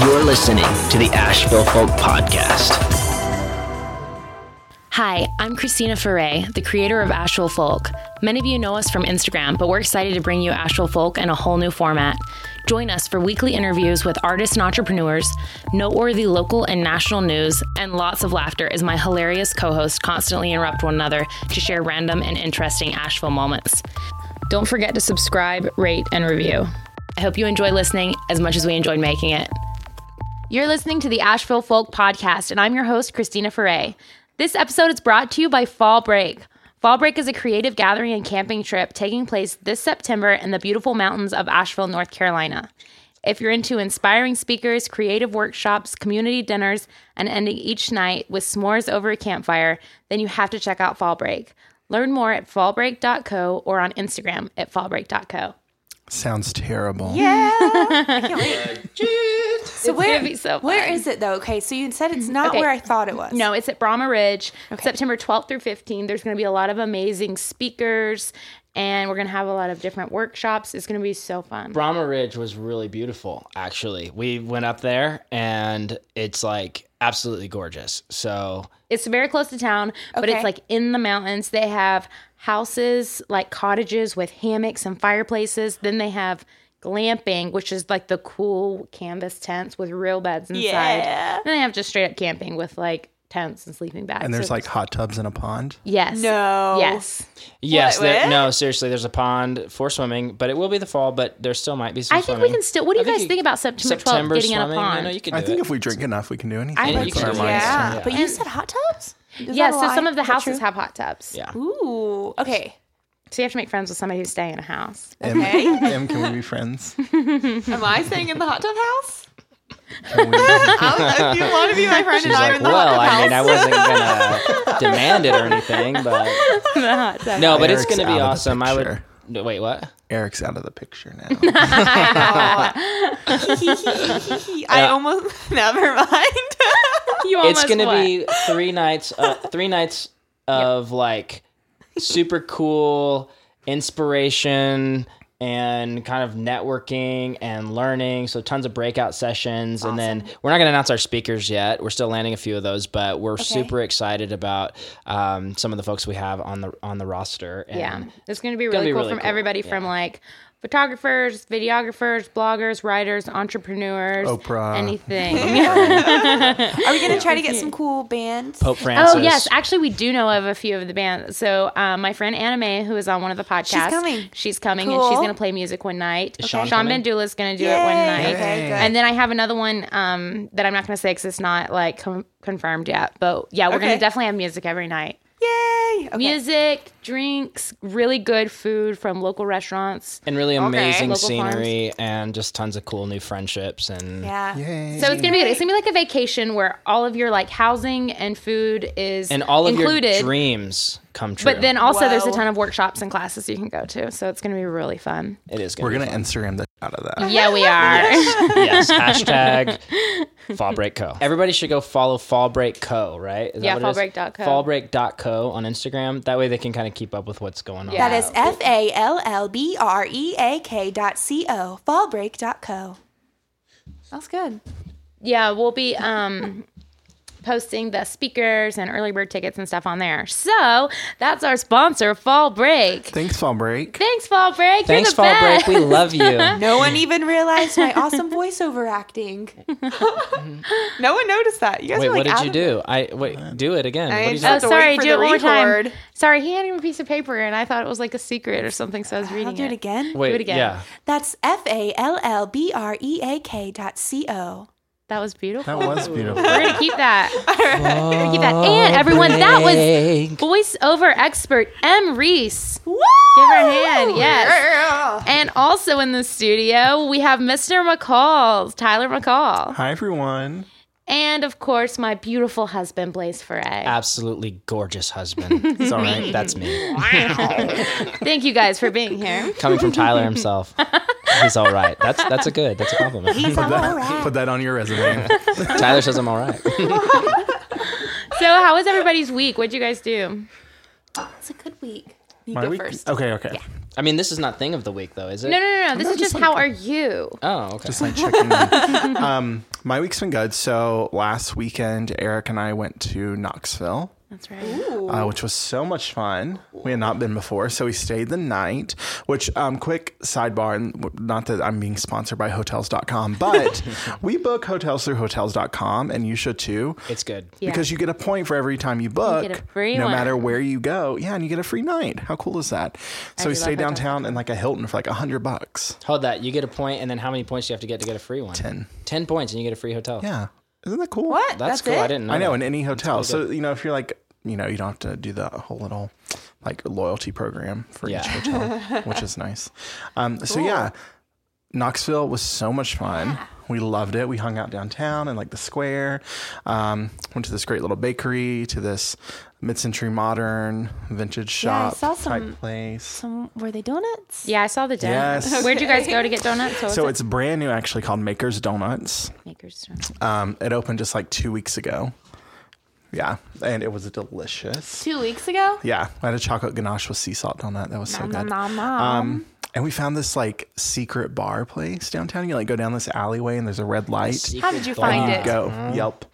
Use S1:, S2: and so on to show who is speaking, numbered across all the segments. S1: You're listening to the Asheville Folk Podcast.
S2: Hi, I'm Christina Ferre, the creator of Asheville Folk. Many of you know us from Instagram, but we're excited to bring you Asheville Folk in a whole new format. Join us for weekly interviews with artists and entrepreneurs, noteworthy local and national news, and lots of laughter as my hilarious co hosts constantly interrupt one another to share random and interesting Asheville moments. Don't forget to subscribe, rate, and review. I hope you enjoy listening as much as we enjoyed making it. You're listening to the Asheville Folk Podcast, and I'm your host, Christina Ferre. This episode is brought to you by Fall Break. Fall Break is a creative gathering and camping trip taking place this September in the beautiful mountains of Asheville, North Carolina. If you're into inspiring speakers, creative workshops, community dinners, and ending each night with s'mores over a campfire, then you have to check out Fall Break. Learn more at fallbreak.co or on Instagram at fallbreak.co.
S3: Sounds terrible.
S4: So where,
S2: gonna be so
S4: where
S2: fun.
S4: is it though? Okay, so you said it's not
S2: Okay.
S4: where I thought it was.
S2: No, it's at Brahma Ridge, September 12th through 15th. There's going to be a lot of amazing speakers, and we're going to have a lot of different workshops. It's going to be so fun.
S5: Brahma Ridge was really beautiful, actually. We went up there and it's like absolutely gorgeous. So
S2: It's very close to town, but it's
S4: Okay.
S2: like in the mountains. They have houses, like cottages with hammocks and fireplaces. Then they have glamping, which is like the cool canvas tents with real beds inside.
S4: Yeah.
S2: And they have just straight up camping with like tents and sleeping bags.
S3: And there's
S2: So
S3: like hot tubs in a pond.
S2: yes.
S4: No.
S2: Yes.
S5: yes,
S4: What,
S5: there,
S4: what?
S5: no, seriously, there's a pond for swimming, but it will be the fall. But there still might be some.
S2: I think we
S5: swimming.
S2: can still. What do you
S5: I think
S2: guys think about September 12th getting in a
S5: swimming, I
S2: pond?
S5: know you can do
S3: I think
S5: it.
S3: if we drink enough, we can do anything.
S2: think
S3: That's
S5: so,
S3: our
S5: yeah.
S3: mindset.
S4: Yeah.
S5: Yeah.
S4: But you said hot tubs? Is
S2: Yeah,
S4: that a
S2: so some
S4: lie?
S2: of the
S4: Is that
S2: houses
S4: true?
S2: have hot tubs.
S5: Yeah.
S4: Ooh. Okay.
S2: So you have to make friends with somebody who's staying in a house.
S3: Em,
S4: Okay.
S3: Em, can we be friends?
S4: Am I staying in the hot tub house?
S3: Can we-
S4: I don't know if you want to be my friend
S5: She's like, well, I mean, I wasn't gonna demand it or anything, but no, but it's
S3: Eric's
S5: gonna be
S3: out of the
S5: awesome. I would.
S3: picture.
S5: No, wait, what?
S3: Eric's out of the picture now.
S4: I almost never mind.
S2: You
S5: it's gonna be three nights uh, three nights of like super cool inspiration and kind of networking and learning so tons of breakout sessions and then we're not going to announce our speakers yet we're still landing a few of those but we're super excited about um, some of the folks we have on the on the roster and
S2: Yeah. It's gonna be really
S5: be
S2: cool
S5: really
S2: from
S5: cool,
S2: everybody from like photographers, videographers, bloggers, writers, entrepreneurs,
S3: Oprah.
S2: anything.
S4: Are we going to try to get some cool bands?
S5: pope francis
S2: oh yes, actually we do know of a few of the bands. So um, my friend Anime, who is on one of the podcasts,
S4: coming.
S2: She's coming and
S4: Cool.
S2: she's gonna play music one night.
S5: Sean
S2: Sean
S5: coming?
S2: Bandula is gonna do it one
S4: Yay.
S2: night.
S4: Okay, good.
S2: And then I have another one um, that I'm not going to say because it's not like com- confirmed yet. But yeah, we're going to
S4: Okay.
S2: definitely have music every night.
S4: Yay. Okay.
S2: Music, drinks, really good food from local restaurants.
S5: and really amazing
S2: Local farms.
S5: scenery and just tons of cool new friendships and
S4: Yeah.
S3: Yay.
S2: So it's gonna be good. It's gonna be like a vacation where all of your like housing and food is
S5: and all of
S2: included.
S5: your dreams come true
S2: but then also there's a
S4: Whoa.
S2: ton of workshops and classes you can go to. So it's gonna be really fun.
S5: it is gonna
S3: We're
S5: be
S3: gonna
S5: fun.
S3: Instagram the out of that.
S2: Yeah, we are.
S5: yes. Hashtag Fall Break Co. Everybody should go follow Fall Break Co. Right? Is
S2: Yeah,
S5: what it is?
S2: fallbreak.co.
S5: Fallbreak.co on Instagram. That way they can kind of keep up with what's going on.
S4: That is F A L L B R E A K dot C O, fallbreak dot co. That's good.
S2: Yeah, we'll be um posting the speakers and early bird tickets and stuff on there. So that's our sponsor, Fall Break.
S3: Thanks, fall break.
S2: Thanks, Fall Break.
S5: Thanks,
S2: You're the
S5: Fall
S2: best.
S5: Break. We love you.
S4: No one even realized my awesome voiceover acting. no one noticed that. You guys
S5: Wait,
S4: were
S5: what
S4: like,
S5: did
S4: out
S5: you
S4: of-
S5: do? I wait, do it again.
S4: I
S5: What did
S4: just
S5: you
S2: Oh,
S5: do?
S2: sorry.
S4: have to wait for
S2: Do
S4: the
S2: it one more time.
S4: record.
S2: Sorry, he handed me a piece of paper, and I thought it was like a secret or something. So I was reading
S4: I'll do it again.
S5: Wait,
S2: do it again.
S5: Yeah.
S4: That's F A L L B R E A K dot C O.
S2: That was beautiful.
S3: That was beautiful.
S2: We're gonna keep that. We're gonna keep that. And everyone, that was voiceover expert M. Reese.
S4: Woo!
S2: Give her a hand. Yes.
S4: Yeah.
S2: And also in the studio, we have Mr. McCall, Tyler McCall.
S3: Hi everyone.
S2: And of course, my beautiful husband, Blaze Foray.
S5: Absolutely gorgeous husband. It's all right. That's me.
S2: Thank you guys for being here.
S5: Coming from Tyler himself. He's all right. That's that's a good. That's a compliment.
S3: Put that, put that on your resume.
S5: Tyler says I'm all right.
S2: So, how was everybody's week? What'd you guys do?
S4: It's a good week. You
S3: My
S4: go
S3: week-
S4: first.
S3: Okay, okay.
S5: I mean, this is not thing of the week though, is it?
S2: No, no, no, no. This is just how are you?
S5: Oh, okay.
S3: Just like checking. in. um, my week's been good. So last weekend, Eric and I went to Knoxville.
S2: That's right.
S3: uh, which was so much fun. We had not been before, so we stayed the night. Which, um, quick sidebar, and w- not that I'm being sponsored by Hotels.com, but we book hotels through Hotels.com, and you should too.
S5: it's good.
S3: Because you get a point for every time you book,
S2: get a free
S3: no
S2: one.
S3: matter where you go. Yeah, and you get a free night. How cool is that? So we
S2: do love
S3: stayed
S2: Hotels.com.
S3: downtown in like a Hilton for like a hundred bucks.
S5: Hold that. You get a point, and then how many points do you have to get to get a free one?
S3: Ten.
S5: Ten points, and you get a free hotel.
S3: Yeah, isn't that cool?
S4: What?
S5: That's, cool.
S4: It?
S5: I didn't know.
S3: I know
S5: that.
S3: in any hotel. So you know if you're like you know you don't have to do the whole little like loyalty program for
S5: Yeah.
S3: each hotel, which is nice. Um, so yeah, Knoxville was so much fun. We loved it. We hung out downtown in like the square. Um, went to this great little bakery, to this mid-century modern vintage
S2: Yeah, I
S3: shop
S2: saw some-
S3: type place.
S4: Um,
S2: Some, were they donuts? Yeah, I saw the donuts.
S3: Yes.
S2: Where'd you guys go to get donuts? What
S3: So
S2: was
S3: it's brand new, actually called Maker's Donuts.
S2: it? Maker's donuts.
S3: Um, it opened just like two weeks ago. Yeah, and it was delicious.
S2: Two weeks ago?
S3: Yeah, I had a chocolate ganache with sea salt on that. That was so
S2: Nom, nom,
S3: good.
S2: nom, nom.
S3: Um, and we found this like secret bar place downtown. You like go down this alleyway and there's a red light.
S5: Secret
S2: How did you
S5: bar.
S2: find
S3: You
S2: it? Mm-hmm.
S3: go Yelp.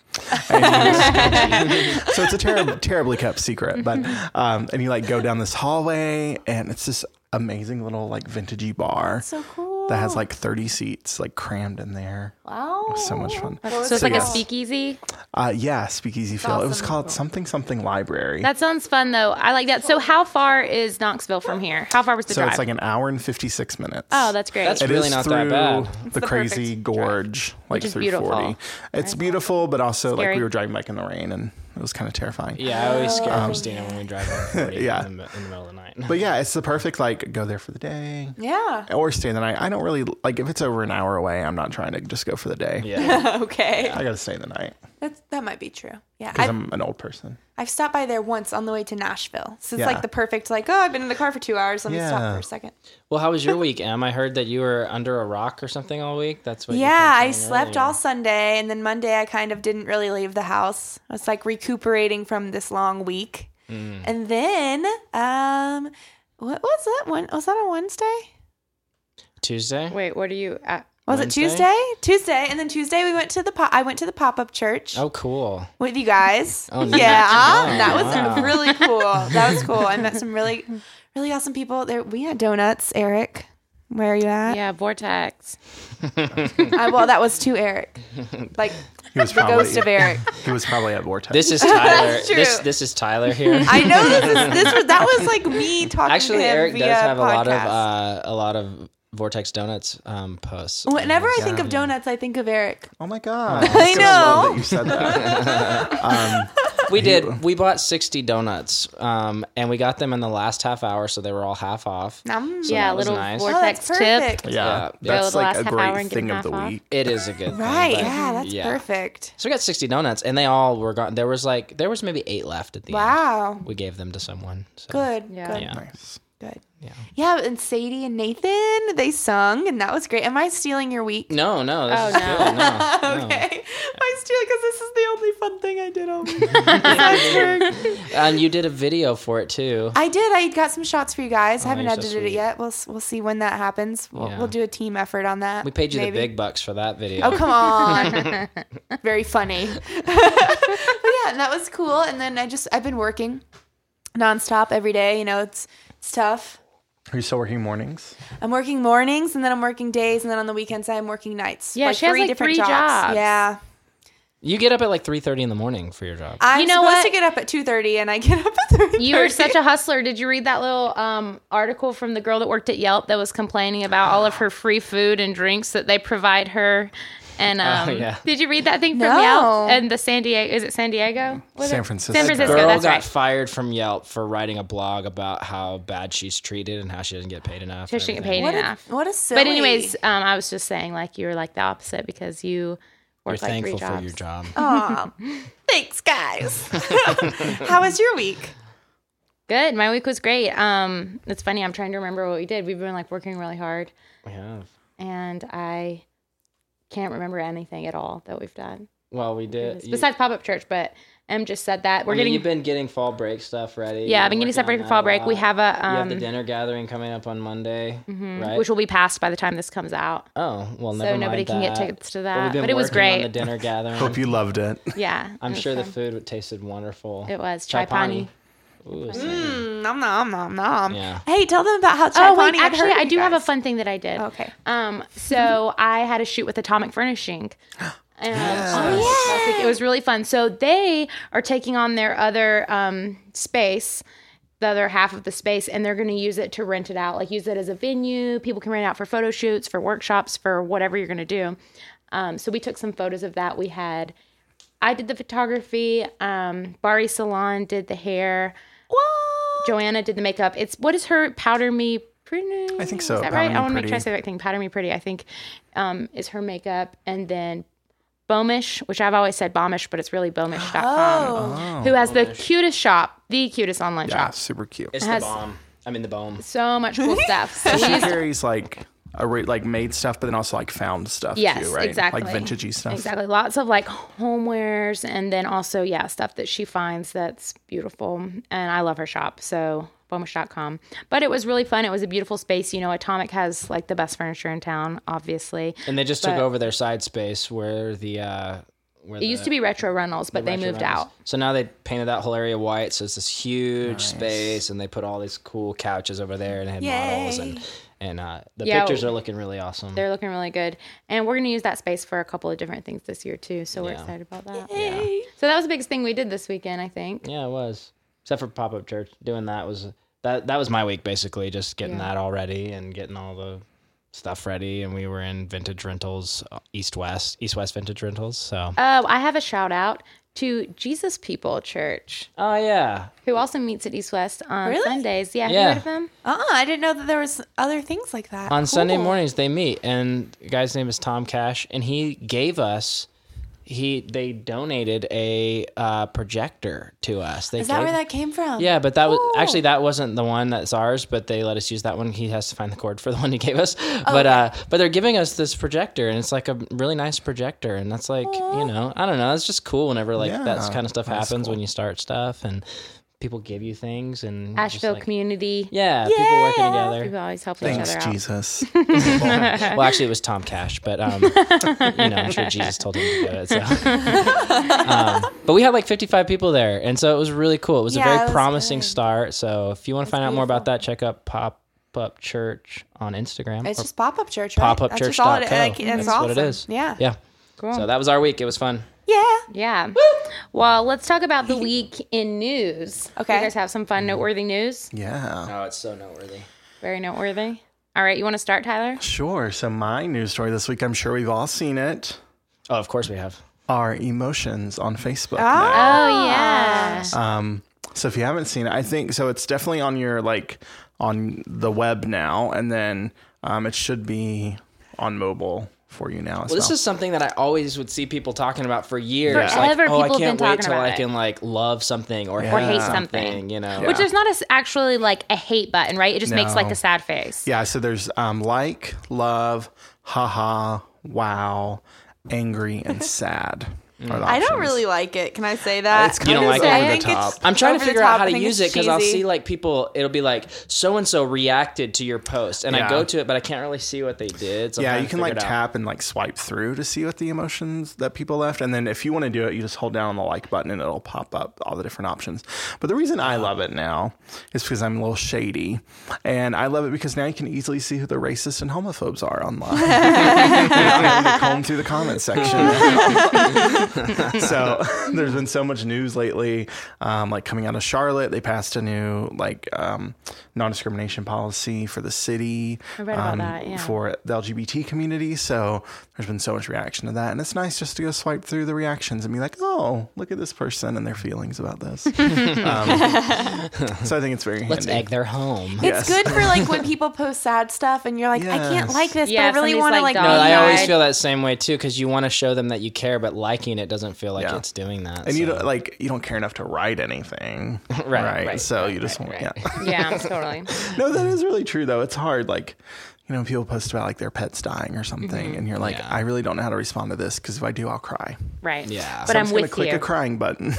S3: And you just- so it's a terrib- terribly kept secret, but um, and you like go down this hallway and it's this amazing little like vintagey bar
S4: So cool.
S3: that has like 30 seats like crammed in there.
S4: wow.
S3: It was so much fun.
S2: So it's like a
S3: yes.
S2: speakeasy.
S3: Uh, yeah, speakeasy feel. It was
S2: awesome.
S3: called something something library.
S2: That sounds fun though. I like that. So how far is Knoxville from here? How far was the
S3: so
S2: drive?
S3: it's like an hour and 56 minutes.
S2: oh, that's great.
S5: That's-
S3: It is
S5: really not that bad.
S3: The, crazy gorge, like
S2: is
S3: through
S2: beautiful.
S3: 40. It's beautiful, but also like
S2: Scary.
S3: we were driving back in the rain and it was kind of terrifying.
S5: Yeah, I always scare Christina when we drive over 40
S3: Um, Yeah.
S5: in, the, in the middle of the night.
S3: But yeah, it's the perfect like go there for the day
S4: Yeah.
S3: or stay the night. I don't really like if it's over an hour away, I'm not trying to just go for the day.
S5: yeah,
S4: Okay.
S3: I got to stay the night
S4: That's, that might be true. Yeah.
S3: because
S4: I've,
S3: I'm an old person.
S4: I've stopped by there once on the way to Nashville. So it's
S3: Yeah.
S4: like the perfect, like, oh, I've been in the car for two hours. Let me
S3: Yeah.
S4: stop for a second.
S5: Well, how was your week, Em? I heard that you were under a rock or something all week. That's what. you
S4: Yeah,
S5: were
S4: I
S5: saying
S4: slept
S5: earlier.
S4: all Sunday, and then Monday I kind of didn't really leave the house. I was like recuperating from this long week,
S3: Mm.
S4: and then um, what was that? One was that on Wednesday?
S5: Tuesday.
S2: Wait, what are you at?
S4: Was
S5: Wednesday?
S4: it Tuesday? Tuesday, and then Tuesday we went to the po- I went to the pop up church
S5: Oh, cool.
S4: with you guys.
S5: Oh, nice.
S4: yeah, um,
S5: Wow.
S4: that was
S5: Wow.
S4: really cool. That was cool. I met some really, really awesome people. There we had donuts. Eric, where are you at?
S2: Yeah, vortex.
S4: I, well, that was to Eric, like
S3: He was
S4: the ghost of
S3: probably
S4: Eric.
S3: he was probably at Vortex.
S5: This is Tyler.
S4: That's true.
S5: this this is Tyler here.
S4: I know this is this was that was like me talking.
S5: Actually,
S4: to him
S5: Eric
S4: via
S5: does have a lot of
S4: podcast.
S5: uh, a lot of Vortex Donuts um, posts.
S4: Whenever I think of donuts, I think of Eric.
S3: oh my god.
S4: I
S3: So love
S4: know.
S3: that you said that. um,
S5: we did. We bought sixty donuts, um, and we got them in the last half hour, so they were all half off.
S4: Nom.
S2: yeah,
S5: that was
S2: little
S5: nice. Oh,
S4: Oh,
S2: vortex
S4: that's
S2: tip.
S4: perfect.
S3: yeah,
S5: Yeah.
S3: That's
S2: Go the
S3: like
S2: last
S3: a
S2: half hour and
S3: great
S2: get
S3: thing
S2: them
S3: of the
S2: half off.
S3: week.
S5: It is a good thing,
S4: Right?
S5: but-
S4: Yeah, that's
S5: yeah.
S4: perfect.
S5: So we got sixty donuts, and they all were gone. There was like there was maybe eight left at the end.
S4: Wow.
S5: We gave them to someone. So.
S4: Good.
S2: Yeah.
S4: Good.
S5: Yeah.
S3: Nice.
S4: Good.
S5: Yeah.
S4: Yeah, and Sadie and Nathan, they sung, and that was great. Am I stealing your week?
S5: No, no. This
S2: Oh,
S5: is
S2: no.
S5: good. No, no.
S4: okay. Am I stealing because this is the only fun thing I did all week. Besides work.
S5: And you did a video for it too.
S4: I did. I got some shots for you guys. I haven't
S5: Oh, you're so
S4: edited
S5: sweet.
S4: it yet. We'll s- we'll see when that happens. We'll,
S5: Yeah.
S4: we'll do a team effort on that.
S5: We paid you
S4: maybe.
S5: the big bucks for that video.
S4: Oh, come on. Very funny. but yeah, and that was cool. And then I just, I've been working nonstop every day. You know, it's, it's tough.
S3: Are you still working mornings?
S4: I'm working mornings and then I'm working days. And then on the weekends, I'm working nights.
S2: Yeah, she has, like, three jobs.
S4: Yeah.
S5: You get up at like three thirty in the morning for your job.
S4: I'm
S2: You know
S4: supposed
S2: what?
S4: to get up at 2.30 and I get up at 3.30.
S2: You were such a hustler. Did you read that little um, article from the girl that worked at Yelp that was complaining about all of her free food and drinks that they provide her? And um,
S5: yeah.
S2: did you read that thing from
S4: No.
S2: Yelp and the San Diego? Is it San Diego? Was
S3: San
S2: it?
S3: Francisco.
S2: San
S5: Girl
S2: Francisco. That's
S5: got
S2: right.
S5: fired from Yelp for writing a blog about how bad she's treated and how she doesn't get paid enough.
S2: She didn't get
S5: everything.
S2: paid
S4: What a,
S2: enough.
S4: what a silly.
S2: but anyways, um, I was just saying, like you were like the opposite because
S5: You're
S2: you worked like three
S5: thankful
S2: jobs.
S5: for your job.
S4: Aw, thanks, guys. How was your week?
S2: Good. My week was great. Um, it's funny. I'm trying to remember what we did. We've been like working really hard,
S5: Yeah.
S2: and I can't remember anything at all that we've done.
S5: Well, we did. Uh, you-
S2: Besides pop up church, but Em just said that we're
S5: I mean,
S2: getting.
S5: you've been getting fall break stuff ready.
S2: yeah, I've been
S5: You're working
S2: getting
S5: on
S2: separated for
S5: that
S2: fall break. We
S5: lot.
S2: have a
S5: You have
S2: um, Mm-hmm.
S5: the dinner gathering coming up on Monday, right?
S2: which will be passed by the time this comes out.
S5: oh well, never
S2: so
S5: mind
S2: nobody can get
S5: that.
S2: tickets to
S5: But
S2: that.
S5: we've been
S2: But it was
S5: working on
S2: great.
S5: the dinner gathering.
S3: Hope you loved it.
S2: Yeah,
S5: I'm
S2: it was
S5: sure the
S2: fun.
S5: food would tasted wonderful.
S2: It was.
S5: Chai
S2: Chai
S5: pani.
S2: pani.
S5: Ooh,
S4: Nom nom nom nom.
S5: Yeah.
S4: Hey, tell them about how Chai
S2: Oh wait,
S4: Pani- I've
S2: actually,
S4: heard
S2: I
S4: of
S2: do
S4: you
S2: have a
S4: guys.
S2: fun thing that I did.
S4: Okay.
S2: Um, so I had a shoot with Atomic Furnishing. And last week. It was really fun. So they are taking on their other um, space, the other half of the space, and they're going to use it to rent it out. Like use it as a venue. People can rent it out for photo shoots, for workshops, for whatever you're going to do. Um, so we took some photos of that. We had, I did the photography. Um, Bari Salon did the hair. Joanna did the makeup. It's what is her powder me pretty?
S3: I think so,
S2: Is that
S3: Powder
S2: right?
S3: Me
S2: I want to make sure I
S3: Pretty.
S2: say the right thing. Powder me pretty. I think um, is her makeup, and then Bomish, which I've always said Bomish, but it's really Bomish.com.
S3: Oh.
S2: Who has the cutest shop, the cutest online
S3: Yeah,
S2: shop?
S3: super cute.
S5: it's
S2: Has-
S5: the bomb. I mean the bone.
S2: So much cool stuff. So
S3: She
S2: she's-
S3: carries like a re- like made stuff, but then also like found stuff
S2: Yes,
S3: too, right?
S2: exactly.
S3: Like vintagey stuff.
S2: Exactly. Lots of like homewares and then also, yeah, stuff that she finds that's beautiful. And I love her shop. So bomish.com. But it was really fun. It was a beautiful space. You know, Atomic has like the best furniture in town, obviously.
S5: And they just took over their side space where the uh where
S2: It used to be retro runnels, but they moved out.
S5: So now they painted that whole area white, so it's this huge space, and they put all these cool couches over there, and they had models, and and uh, the
S2: Yeah.
S5: pictures are looking really awesome.
S2: They're looking really good. And we're going to use that space for a couple of different things this year, too. So we're excited about that. So that was the biggest thing we did this weekend, I think.
S5: Yeah, it was. Except for pop up church, doing that was that that was my week basically, just getting that all ready and getting all the stuff ready, and we were in vintage rentals, uh, east west, east west vintage rentals. So
S2: Oh, I have a shout out to Jesus People Church,
S5: oh yeah,
S2: who also meets at East West on
S4: Really?
S2: Sundays. Yeah, have you
S5: Yeah.
S2: heard of them?
S4: Uh-uh, I didn't know that there was other things like that.
S5: on Sunday
S4: Cool.
S5: mornings they meet, and the guy's name is Tom Cash, and he gave us. He they donated a uh, projector to us. They
S4: Is that
S5: gave-
S4: where that came from?
S5: Yeah, but that was
S4: Cool.
S5: actually that wasn't the one that's ours, but they let us use that one. He has to find the cord for the one he gave us.
S4: Oh,
S5: but uh but they're giving us this projector and it's like a really nice projector and that's like, you know, I don't know, it's just cool whenever like that
S3: Yeah,
S5: kind of stuff
S3: that's
S5: happens when you start stuff and people give you things and you're just
S2: Asheville
S5: like-
S2: community.
S5: Yeah, people working
S2: People
S5: together.
S2: always help each
S3: Thanks,
S2: other out.
S3: Jesus.
S5: Well, actually, it was Tom Cash, but um, you know, I'm sure Jesus told him to do it. So, um, but we had like 55 people there, and so it was really cool. It was
S4: Yeah,
S5: a
S4: it
S5: very
S4: was
S5: promising start. So, if you want to find out more about that, check out Pop Up Church on Instagram.
S4: It's
S5: or
S4: just pop up church, right?
S5: Pop Up Church.
S4: just all it- like,
S5: That's
S4: awesome.
S5: what it is.
S4: Yeah.
S5: yeah. So that was our week. It was fun.
S4: Yeah.
S2: Yeah. Well, let's talk about the week in news.
S4: Okay.
S2: You guys have some fun, noteworthy news?
S3: Yeah.
S5: Oh, it's so noteworthy.
S2: Very noteworthy. All right, you want to start, Tyler?
S3: Sure. So my news story this week, I'm sure we've all seen it.
S5: Oh, of course we have.
S3: Are emotions on Facebook.
S4: Ah.
S2: Oh, yeah.
S3: Um, so if you haven't seen it, I think so. It's definitely on your like on the web now, and then um, it should be on mobile for you now. As well,
S5: Well, this is something that I always would see people talking about for years.
S2: Forever
S5: like, oh, I
S2: people have
S5: can't
S2: been
S5: wait
S2: talking
S5: till
S2: about
S5: I
S2: it."
S5: can like love something or,
S2: Or hate
S5: something.
S2: something.
S5: You know,
S2: Which there's not a s actually like a hate button, right? It just makes like
S3: No.
S2: a sad face.
S3: yeah. So there's um, like, love, haha, wow, angry, and sad.
S5: Mm.
S3: are the
S4: I don't
S3: options.
S4: really like it. Can I say that?
S5: It's You don't kinda like sad. over the
S4: I think it's
S5: I'm trying
S4: over
S5: to
S4: the
S5: figure out
S4: top.
S5: how
S4: I
S5: to
S4: think
S5: use it
S4: it's
S5: because I'll
S4: cheesy.
S5: see like people. It'll be like so and so reacted to your post, and I
S3: Yeah.
S5: go to it, but I can't really see what they did. So I'm
S3: Yeah,
S5: trying
S3: you
S5: to
S3: can
S5: figure
S3: like
S5: it out.
S3: tap and like swipe through to see what the emotions that people left. And then if you want to do it, you just hold down on the like button and it'll pop up all the different options. But the reason I love it now is because I'm a little shady. And I love it because now you can easily see who the racists and homophobes are online. You don't have to comb through the comment section. so there's been so much news lately. Um, like coming out of Charlotte, they passed a new like um, non discrimination policy for the city um,
S2: read about that, yeah.
S3: for the LGBT community. So there's been so much reaction to that. And it's nice just to go swipe through the reactions and be like, oh, look at this person and their feelings about this. um, so I think it's very
S5: Let's
S3: handy.
S5: egg their home.
S4: It's good for like when people post sad stuff and you're like, I can't
S3: Yes.
S4: like this,
S2: Yeah,
S4: but I really
S2: somebody's
S4: want to
S2: like,
S4: like.
S2: "Dog
S4: be
S5: But I always
S4: mad."
S5: feel that same way too because you want to show them that you care, but liking it doesn't feel like
S3: Yeah.
S5: it's doing that.
S3: And you
S5: so.
S3: don't like you don't care enough to write anything, right?
S5: right,
S3: so you just want, yeah.
S2: Yeah, totally.
S3: no, that is really true though. It's hard, like you know,
S5: Mm-hmm.
S3: people post about like their pets dying or something, and you're like, I really don't know how to respond to this because if I do, I'll cry.
S6: Right.
S5: Yeah.
S2: But I'm
S3: gonna
S2: with
S3: click
S2: you.
S3: a crying button.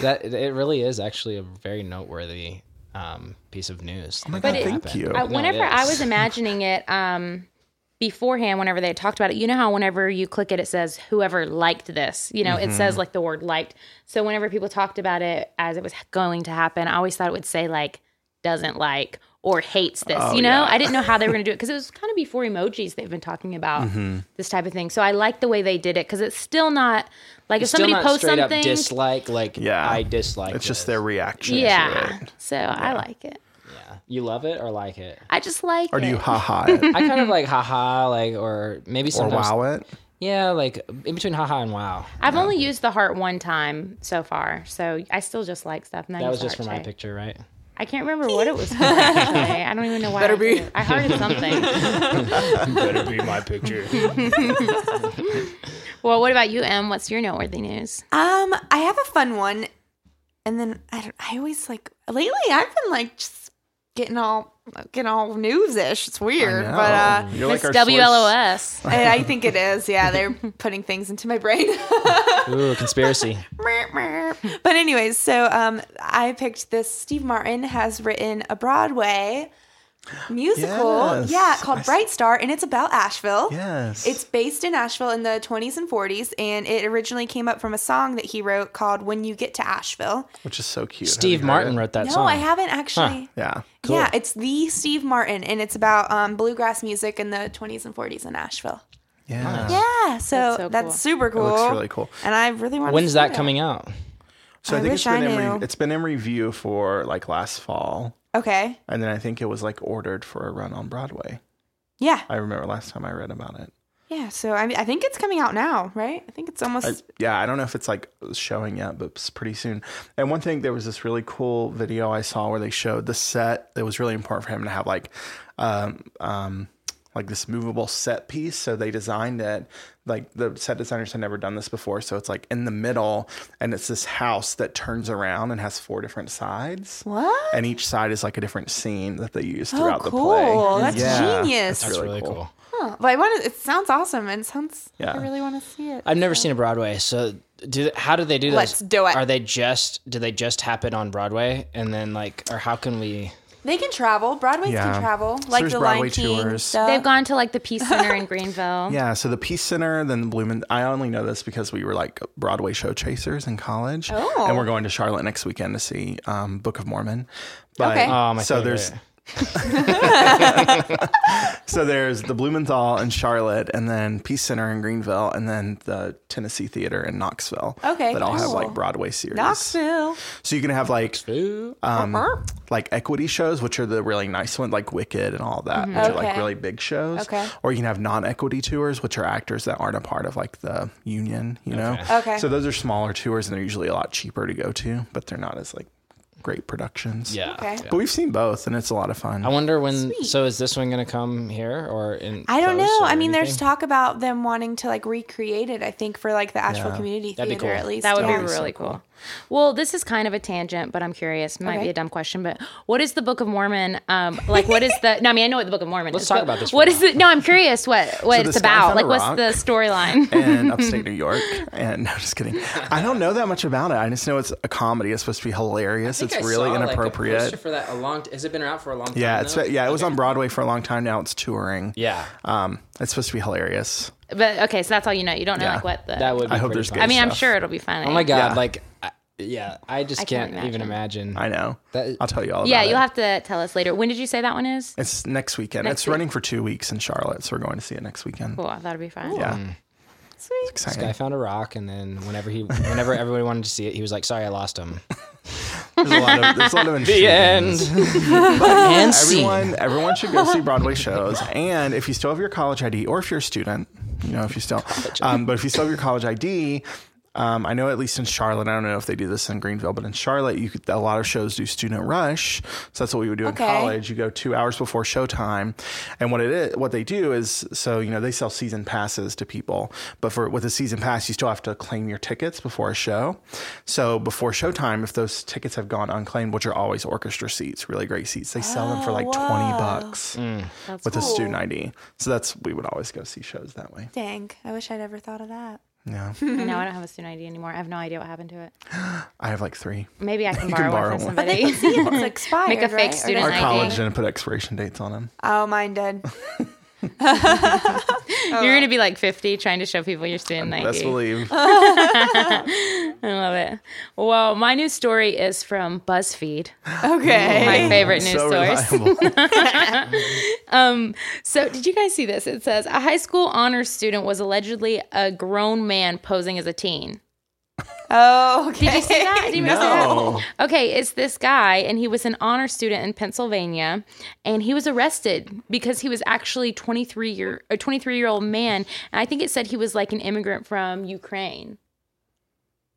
S5: That it really is actually a very noteworthy um, piece of news. Oh my
S3: God, thank you.
S2: I,
S3: No,
S2: whenever I was imagining it um, beforehand, whenever they talked about it, you know how whenever you click it, it says whoever liked this. You know, it says like the word liked. So whenever people talked about it as it was going to happen, I always thought it would say like doesn't like or hates this. you know, I didn't know how they were going to do it because it was kind of before emojis they've been talking about this type of thing. So I like the way they did it because it's still not like if
S5: Still
S2: somebody
S5: not
S2: posts
S5: straight
S2: something,
S5: up dislike. Like
S3: Yeah.
S5: I dislike.
S3: it's just
S5: this.
S3: their reaction. to
S2: yeah.
S3: it.
S2: So I like it.
S5: You love it or like it.
S2: I just like.
S3: Or do
S2: it.
S3: you ha ha it
S5: I kind of like haha, like or maybe
S3: or
S5: sometimes
S3: wow it?
S5: yeah, like in between haha and wow.
S2: I've only used the heart one time so far, so I still just like stuff. And I
S5: That
S2: use
S5: was
S2: the
S5: just for
S2: heart
S5: my
S2: today.
S5: picture, right?
S2: I can't remember what it was for. actually. I don't even know why. Better I
S4: be.
S2: did it. I hearted something.
S5: Better be my picture.
S2: well, what about you, Em? What's your noteworthy news?
S4: Um, I have a fun one, and then I don't, I always like lately I've been like just getting all getting all news ish. It's weird, but uh,
S5: Um,
S3: You're like
S2: It's
S3: our source-
S2: WLOS.
S4: I, I think it is. Yeah, they're putting things into my brain.
S5: Ooh, conspiracy.
S4: but anyways, so um, I picked this. Steve Martin has written a Broadway musical,
S3: Yes.
S4: yeah,
S3: I
S4: called
S3: s-
S4: Bright Star, and it's about Asheville.
S3: Yes.
S4: It's based in Asheville in the 20s and 40s, and it originally came up from a song that he wrote called "When You Get to Asheville."
S3: which is so cute. Have you
S5: Steve
S3: heard
S5: Martin
S3: it?
S5: wrote that
S4: No,
S5: song.
S4: I haven't actually.
S3: Yeah.
S4: Yeah, it's the Steve Martin, and it's about um, bluegrass music in the 20s and 40s in Nashville.
S3: Yeah.
S4: Yeah, so that's,
S2: so cool.
S4: super cool.
S3: looks really cool.
S4: And I really want.
S5: When's that coming out?
S3: So I,
S4: I
S3: think it's
S4: wish I
S3: been in
S4: knew.
S3: re- it's been in review for like last fall,
S4: Okay.
S3: and then I think it was like ordered for a run on Broadway.
S4: Yeah,
S3: I remember last time I read about it.
S4: yeah. So I, mean, I think it's coming out now, right? I think it's almost.
S3: I, yeah, I don't know if it's like showing up, but it's pretty soon. And one thing, there was this really cool video I saw where they showed the set. It was really important for him to have like, um, um, like this movable set piece. So they designed it. Like the set designers had never done this before. So it's like in the middle, and it's this house that turns around and has four different sides.
S4: What?
S3: And each side is like a different scene that they use
S4: oh,
S3: throughout the
S4: cool!
S3: play.
S4: That's
S3: Yeah.
S4: genius.
S5: That's
S3: really
S5: really
S3: cool.
S5: cool.
S4: Huh. But I want to. It sounds awesome, and it sounds.
S3: Yeah.
S4: I really want to see it.
S5: I've never seen a Broadway, so do how do they do this?
S4: Let's do it.
S5: Are they just do they just happen on Broadway and then like or how can we?
S4: They can travel. Broadways
S3: Yeah.
S4: can travel,
S3: So
S4: like
S3: there's
S4: the
S3: Broadway
S4: Lion King
S3: tours.
S4: stuff.
S2: They've gone to like the Peace Center in Greenville.
S3: Yeah, so the Peace Center, then the Bloomin. I only know this because we were like Broadway show chasers in college,
S4: Oh.
S3: and we're going to Charlotte next weekend to see um, Book of Mormon. But
S4: Okay.
S5: Oh my!
S3: so
S5: favorite.
S3: there's so there's the Blumenthal in Charlotte, and then Peace Center in Greenville, and then the Tennessee Theater in Knoxville.
S4: Okay,
S3: that all have
S4: cool.
S3: like Broadway series.
S4: Knoxville.
S3: So you can have like
S5: Ooh.
S4: Burp.
S3: like equity shows, which are the really nice ones, like Wicked and all that, which are like
S4: Okay.
S3: really big shows.
S4: Okay.
S3: Or you can have non-equity tours, which are actors that aren't a part of like the union, you know.
S4: Okay.
S3: So those are smaller tours, and they're usually a lot cheaper to go to, but they're not as like great productions.
S5: yeah.
S4: Okay.
S3: But we've seen both, and it's a lot of fun.
S5: I wonder when. So is this one going to come here or in?
S4: I don't
S5: close
S4: know.
S5: or
S4: I mean, there's
S5: anything?
S4: talk about them wanting to like recreate it. I think for like the Asheville
S3: Yeah.
S4: Community
S5: That'd be
S4: Theater,
S5: cool.
S4: at least.
S2: That would
S4: yeah.
S2: be really cool. Well, this is kind of a tangent, but I'm curious. Might be
S4: Okay.
S2: a dumb question, but what is the Book of Mormon? Um, like, what is the? No, I mean, I know what the Book of Mormon
S5: Let's
S2: is.
S5: talk
S2: but
S5: about this for
S2: What
S5: a
S2: is it? No, I'm curious. What what
S3: this
S2: it's
S3: guy
S2: about?
S3: found a
S2: Like, what's
S3: rock.
S2: the storyline?
S3: in upstate New York, and no, just kidding. I don't know that much about it. I just know it's a comedy. It's supposed to be hilarious. It's really inappropriate.
S5: for that a long. Has it been around for a long time?
S3: yeah, it's yeah. It was on Broadway for a long time. Now it's touring.
S5: Yeah.
S3: Um, it's supposed to be hilarious.
S2: But okay, so that's all you know. You don't know
S3: Yeah.
S2: like what the.
S5: That would. Be
S3: I hope
S5: pretty
S3: there's
S5: fun.
S3: good
S2: I mean, I'm
S3: stuff.
S2: sure it'll be funny.
S5: Oh my god!
S3: Yeah.
S5: Like, I, yeah, I just
S2: can't
S5: can't, even imagine.
S3: I know.
S5: That-
S3: I'll tell you all.
S2: Yeah,
S3: about
S2: you'll
S3: it.
S2: have to tell us later. When did you say that one is?
S3: It's next weekend.
S2: Next
S3: it's
S2: week.
S3: running for two weeks in Charlotte, so we're going to see it next weekend.
S2: Cool, that'll be fun.
S3: Yeah,
S4: Sweet.
S3: exciting.
S5: Hmm. This guy found a rock, and then whenever he, whenever everybody wanted to see it, he was like, "Sorry, I lost him."
S3: There's a lot of there's a lot of intriguing-
S5: and scene.
S3: Everyone, everyone should go see Broadway shows. And if you still have your college ID, or if you're a student, you know, if you still, um, but if you still have your college ID, um, I know at least in Charlotte, I don't know if they do this in Greenville, but in Charlotte, you could, a lot of shows do student rush. So that's what we would do
S4: Okay.
S3: in college. You go two hours before showtime, and what it is, what they do is, so you know, they sell season passes to people, but for with a season pass, you still have to claim your tickets before a show. So before showtime, if those tickets have gone unclaimed, which are always orchestra seats, really great seats, they sell them for
S2: Oh,
S3: like twenty bucks with a student ID. So that's we would always go see shows that way.
S4: Dang, I wish I'd ever thought of that.
S3: Yeah.
S2: No, I don't have a student ID anymore. I have no idea what happened to it.
S3: I have like three.
S2: Maybe I can
S3: can
S2: borrow,
S3: borrow
S2: one from
S3: one.
S2: somebody.
S4: It's expired.
S2: Make a fake
S4: right? Or
S2: student
S3: Our
S2: ID.
S3: college didn't put expiration dates on them.
S4: Oh, mine did.
S2: You're gonna be like 50 trying to show people your student ID.
S3: Best believe.
S2: I love it. Well, my new story is from BuzzFeed,
S4: Okay.
S2: my favorite news
S3: so
S2: source.
S3: reliable.
S2: So, did you guys see this? It says a high school honors student was allegedly a grown man posing as a teen.
S4: Oh, okay.
S2: Did you see that? Did you guys see that?
S3: no.
S2: Okay, it's this guy, and he was an honor student in Pennsylvania, and he was arrested because he was actually 23 year a 23 year old man, and I think it said he was like an immigrant from Ukraine.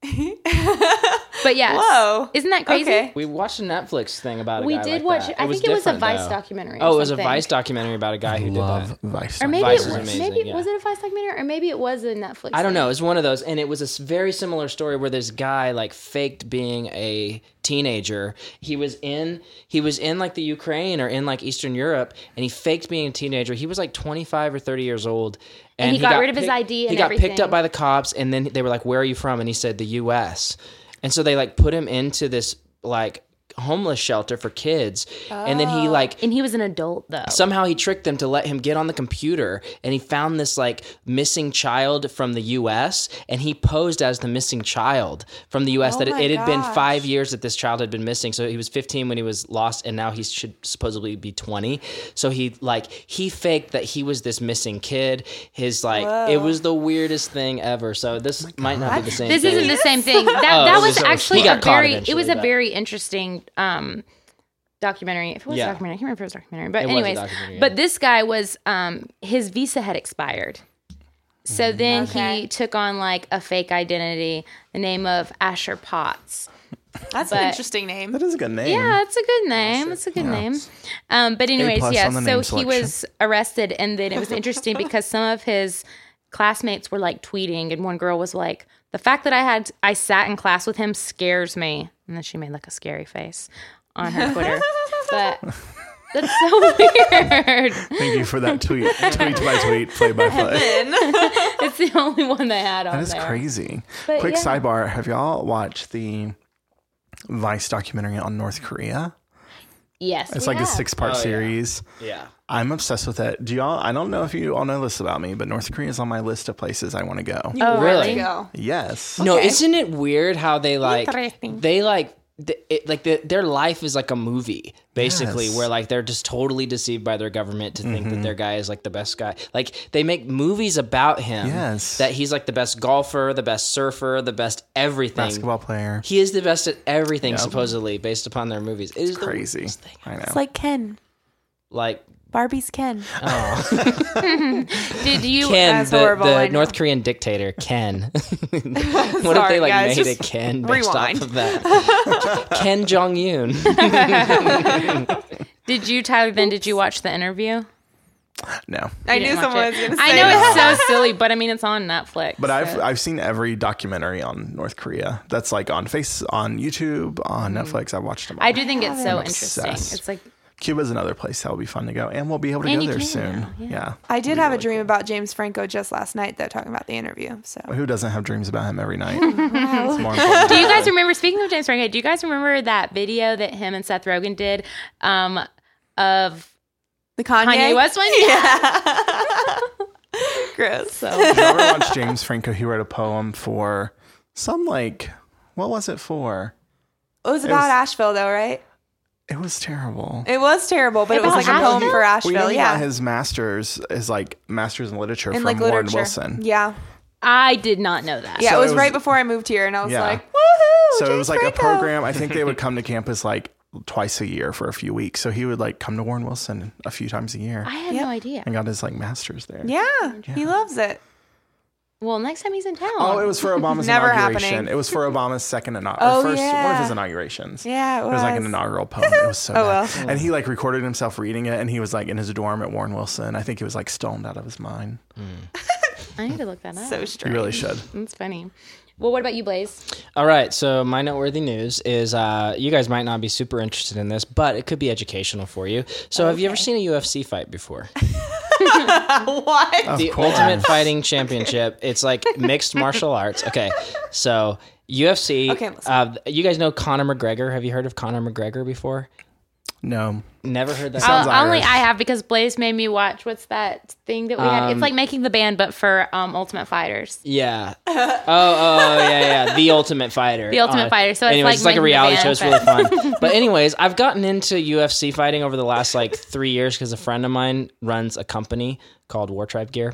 S2: But yes,
S4: Whoa.
S2: isn't that crazy?
S4: Okay.
S5: We watched a Netflix thing about a
S2: We
S5: guy
S2: did
S5: like
S2: watch.
S5: that.
S2: I think it was a
S5: different,
S2: Vice
S5: though.
S2: documentary. or
S5: Oh, it was a
S2: something.
S5: Vice documentary about a guy who did
S3: Love
S5: that.
S3: Vice.
S2: Or maybe
S5: Vice
S2: it
S5: is
S2: was.
S5: amazing,
S2: maybe
S5: yeah.
S2: was it a Vice documentary, or maybe it was a Netflix.
S5: I don't
S2: thing.
S5: know. It was one of those, and it was a s- very similar story where this guy like faked being a teenager. He was in he was in like the Ukraine or in like Eastern Europe, and he faked being a teenager. He was like twenty five or thirty years old, and,
S2: he got rid of his ID
S5: he
S2: and
S5: got picked
S2: everything.
S5: up by the cops, and then they were like, "Where are you from?" And he said, "The U.S." And so they like put him into this like homeless shelter for kids, and then he like
S2: And he was an adult though.
S5: somehow he tricked them to let him get on the computer and he found this like missing child from the US and he posed as the missing child from the US that it,
S4: my
S5: it had been
S4: gosh.
S5: 5 years that this child had been missing so he was 15 when he was lost and now he should supposedly be 20 so he like he faked that he was this missing kid his like it was the weirdest thing ever so this might not be the same
S2: this
S5: thing.
S2: isn't the same thing. That that
S5: it
S2: was
S5: was-
S2: actually
S5: he got
S2: a
S5: caught
S2: very it
S5: eventually,
S2: was a
S5: but-
S2: very interesting um documentary. If it was
S5: Yeah.
S2: a documentary, I can't remember if it was a documentary, but
S5: It was a
S2: anyways,
S5: documentary, yeah.
S2: but this guy was um his visa had expired. So then
S4: Okay.
S2: he took on like a fake identity, the name of Asher Potts.
S4: That's
S2: But-
S4: an interesting name.
S3: That is a good name.
S2: Yeah, it's a good name. It's a good name. Um, but anyways,
S3: plus
S2: yeah.
S3: on the
S2: So
S3: name
S2: he was arrested, and then it was interesting because some of his classmates were like tweeting, and one girl was like, "The fact that I had I sat in class with him scares me," and then she made like a scary face on her Twitter. but that's so weird.
S3: Thank you for that tweet. tweet by tweet, play by play.
S2: it's the only one they had on
S3: That is
S2: there.
S3: crazy.
S2: But
S3: Quick
S2: yeah.
S3: sidebar: Have y'all watched the Vice documentary on North Korea?
S2: Yes,
S3: It's
S2: we
S3: like a
S2: have.
S3: six-part series.
S5: yeah
S3: I'm obsessed with it. Do y'all? I don't know if you all know this about me, but North Korea is on my list of places I want to go.
S2: Oh,
S5: really
S4: Go.
S3: Yes.
S5: No, isn't it weird how they like
S4: Interesting.
S5: they like th- it, like the, their life is like a movie basically
S3: Yes. Mm-hmm.
S5: where like they're just totally deceived by their government to think that their guy is like the best guy. Like they make movies about him
S3: Yes.
S5: that he's like the best golfer, the best surfer, the best everything.
S3: Basketball player.
S5: He is the best at everything supposedly based upon their movies. It is crazy.
S3: Crazy. I know.
S4: It's like Ken.
S5: like
S4: Barbie's Ken.
S2: Oh. Did you?
S5: Ken,
S4: That's
S5: the,
S4: horrible,
S5: the
S4: I know.
S5: North Korean dictator, Ken. what if they
S4: Sorry,
S5: like
S4: guys,
S5: made a
S4: just
S5: Ken based
S4: rewind.
S5: off of that? Ken Jong Un.
S2: Did you, Tyler? Then did you watch the interview?
S3: No.
S4: I
S2: You
S4: knew
S2: didn't watch
S4: someone
S2: it.
S4: was going to say
S2: I know
S4: that.
S2: it's so silly, but I mean it's on Netflix.
S3: But I've I've seen every documentary on North Korea that's like on face on YouTube on Netflix. I watched them. All.
S2: Mm. I do think it's so
S3: I'm
S2: interesting.
S3: obsessed.
S2: It's like
S3: Cuba's another place that will be fun to go, and we'll be able to
S2: And
S3: go
S2: you
S3: there
S2: can
S3: soon.
S2: now, yeah.
S3: Yeah.
S4: I did have a dream about James Franco just last night, though, talking about the interview. So
S3: Who doesn't have dreams about him every night? It's more important.
S2: Do you guys remember? Speaking of James Franco, do you guys remember that video that him and Seth Rogen did um, of
S4: the Kanye,
S2: Kanye West one?
S4: Gross.
S3: Did you ever watch James Franco? He wrote a poem for some like what was it for?
S4: It was about
S3: was-
S4: Asheville, though, right?
S3: It was terrible.
S4: It was terrible, but it was
S2: About
S4: like a poem
S2: Asheville?
S4: for
S3: We know
S4: Asheville.
S3: he got
S4: Yeah.
S3: his master's is like master's in literature
S4: And
S3: from
S4: like
S3: Warren
S4: literature.
S3: Wilson.
S4: Yeah.
S2: I did not know that.
S4: Yeah.
S3: So
S4: it, was
S3: it was-
S4: right before I moved here, and I was
S3: Yeah.
S4: like, woohoo.
S3: so it
S4: James
S3: was like
S4: Franco.
S3: a program. I think they would come to campus like twice a year for a few weeks. So he would like come to Warren Wilson a few times a year
S2: I had no idea.
S3: and got his like master's there.
S4: Yeah, He loves it.
S2: Well, next time he's in town.
S3: Oh, it was for Obama's
S4: Never
S3: inauguration.
S4: happening.
S3: It was for Obama's second inauguration.
S4: Oh,
S3: first one of
S4: yeah.
S3: his inaugurations.
S4: Yeah, it
S3: It was like an
S4: was. Oh,
S3: inaugural poem. It was so bad.
S4: well.
S3: And he like recorded himself reading it and he was like in his dorm at Warren Wilson. I think he was like stoned out of his mind.
S2: I need to look that up.
S4: So
S3: You
S4: strange.
S3: really should.
S2: That's funny. Well, what about you, Blaze?
S5: All right, so my noteworthy news is uh, you guys might not be super interested in this, but it could be educational for you. So, have you ever seen a UFC fight before?
S4: what?
S3: Of
S5: the
S3: course.
S5: Ultimate Fighting Championship. It's like mixed martial arts. Okay, so UFC.
S4: Okay, listen.
S5: uh, you guys know Conor McGregor. Have you heard of Conor McGregor before?
S3: No.
S5: Never heard that.
S3: Sounds
S2: Uh, only
S3: Irish.
S2: I have because Blaze made me watch what's that thing that we had?
S3: Um,
S2: It's like making the band, but for um, Ultimate Fighters.
S5: Yeah. Oh, oh, oh, yeah, yeah. The Ultimate Fighter. Uh,
S2: The Ultimate Fighter. So it's
S5: anyways,
S2: like
S5: it's like a
S2: Win the
S5: reality
S2: Van,
S5: show. It's really fun. But anyways, I've gotten into UFC fighting over the last like three years because a friend of mine runs a company called War Tribe Gear.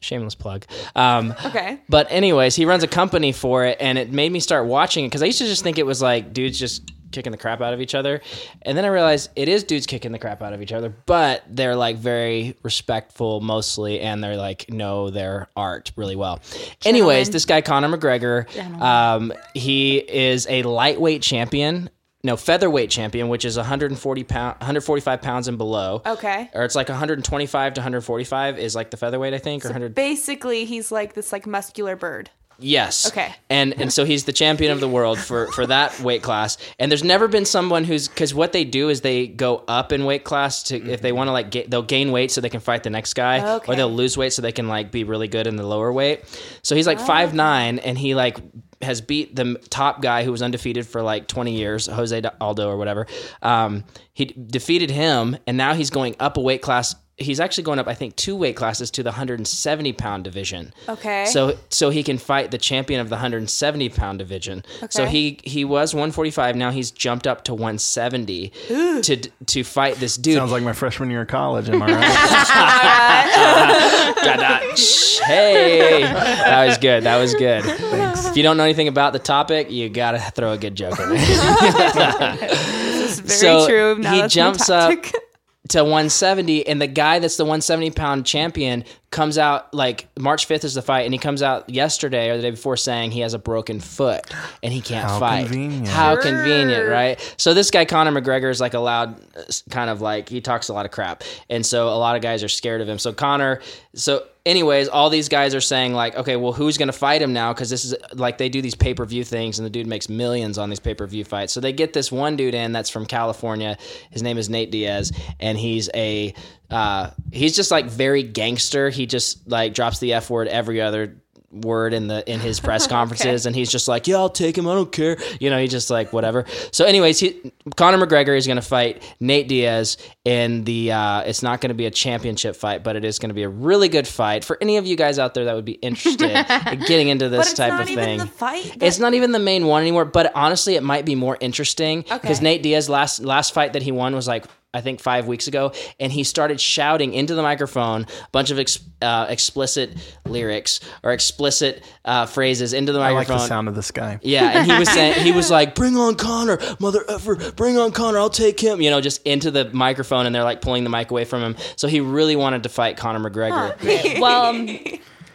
S5: Shameless plug. Um,
S4: Okay.
S5: But anyways, he runs a company for it, and it made me start watching it because I used to just think it was like dudes just kicking the crap out of each other, and then I realized it is dudes kicking the crap out of each other, but they're like very respectful mostly, and they're like know their art really well. Anyways, this guy Conor McGregor, um, he is a lightweight champion. No, featherweight champion, which is 140 pound, 145 pounds and below.
S4: Okay.
S5: Or it's like 125 to 145 is like the featherweight, I think, or 100.
S4: Basically, he's like this like muscular bird.
S5: Yes.
S4: Okay.
S5: And and so he's the champion of the world for for that weight class. And there's never been someone who's because what they do is they go up in weight class to if they want to like ga- they'll gain weight so they can fight the next guy,
S4: Okay.
S5: or they'll lose weight so they can like be really good in the lower weight. So he's like
S4: Oh,
S5: five nine, and he like has beat the m- top guy who was undefeated for like 20 years, Jose D- Aldo or whatever. Um, he d- defeated him, and now he's going up a weight class. He's actually going up, I think, two weight classes to the 170 pound division.
S4: Okay.
S5: So so he can fight the champion of the 170 pound division. So he he was 145. Now he's jumped up to 170 to d- to fight this dude.
S3: Sounds like my freshman year of college. Am I right?
S5: Da, da, shh, hey, that was good. That was good. If you don't know anything about the topic, you gotta throw a good joke in there.
S4: It's very
S5: so
S4: true. Now
S5: he
S4: that's my
S5: jumps up-
S4: tactic.
S5: to 170, and the guy that's the 170 pound champion comes out like March 5th is the fight, and he comes out yesterday or the day before saying he has a broken foot and he can't
S3: How
S5: fight.
S3: convenient.
S5: How convenient, right? So this guy Conor McGregor is like a loud, uh, s- kind of like he talks a lot of crap, and so a lot of guys are scared of him. So Conor, so anyways, all these guys are saying like, okay, well, who's gonna fight him now? Because this is like they do these pay per view things, and the dude makes millions on these pay per view fights. So they get this one dude in that's from California. His name is Nate Diaz, and he's a uh, he's just like very gangster. He just like drops the f word every other word in the in his press conferences and he's just like yeah i'll take him i don't care you know he just like whatever so anyways he conor mcgregor is going to fight nate diaz in the uh it's not going to be a championship fight but it is going to be a really good fight for any of you guys out there that would be interested in getting into
S4: But
S5: this
S4: it's
S5: type
S4: not
S5: of
S4: even
S5: thing
S4: the fight.
S5: it's not even the main one anymore, but honestly, it might be more interesting because
S4: Okay.
S5: Nate Diaz last last fight that he won was like I think five weeks ago, and he started shouting into the microphone a bunch of ex, uh, explicit lyrics or explicit uh, phrases into the
S3: I like
S5: microphone.
S3: the sound of this guy.
S5: Yeah, and he was saying he was like, "Bring on Connor, mother effer! Bring on Connor! I'll take him!" You know, just into the microphone, and they're like pulling the mic away from him. So he really wanted to fight Conor McGregor.
S2: Well, um,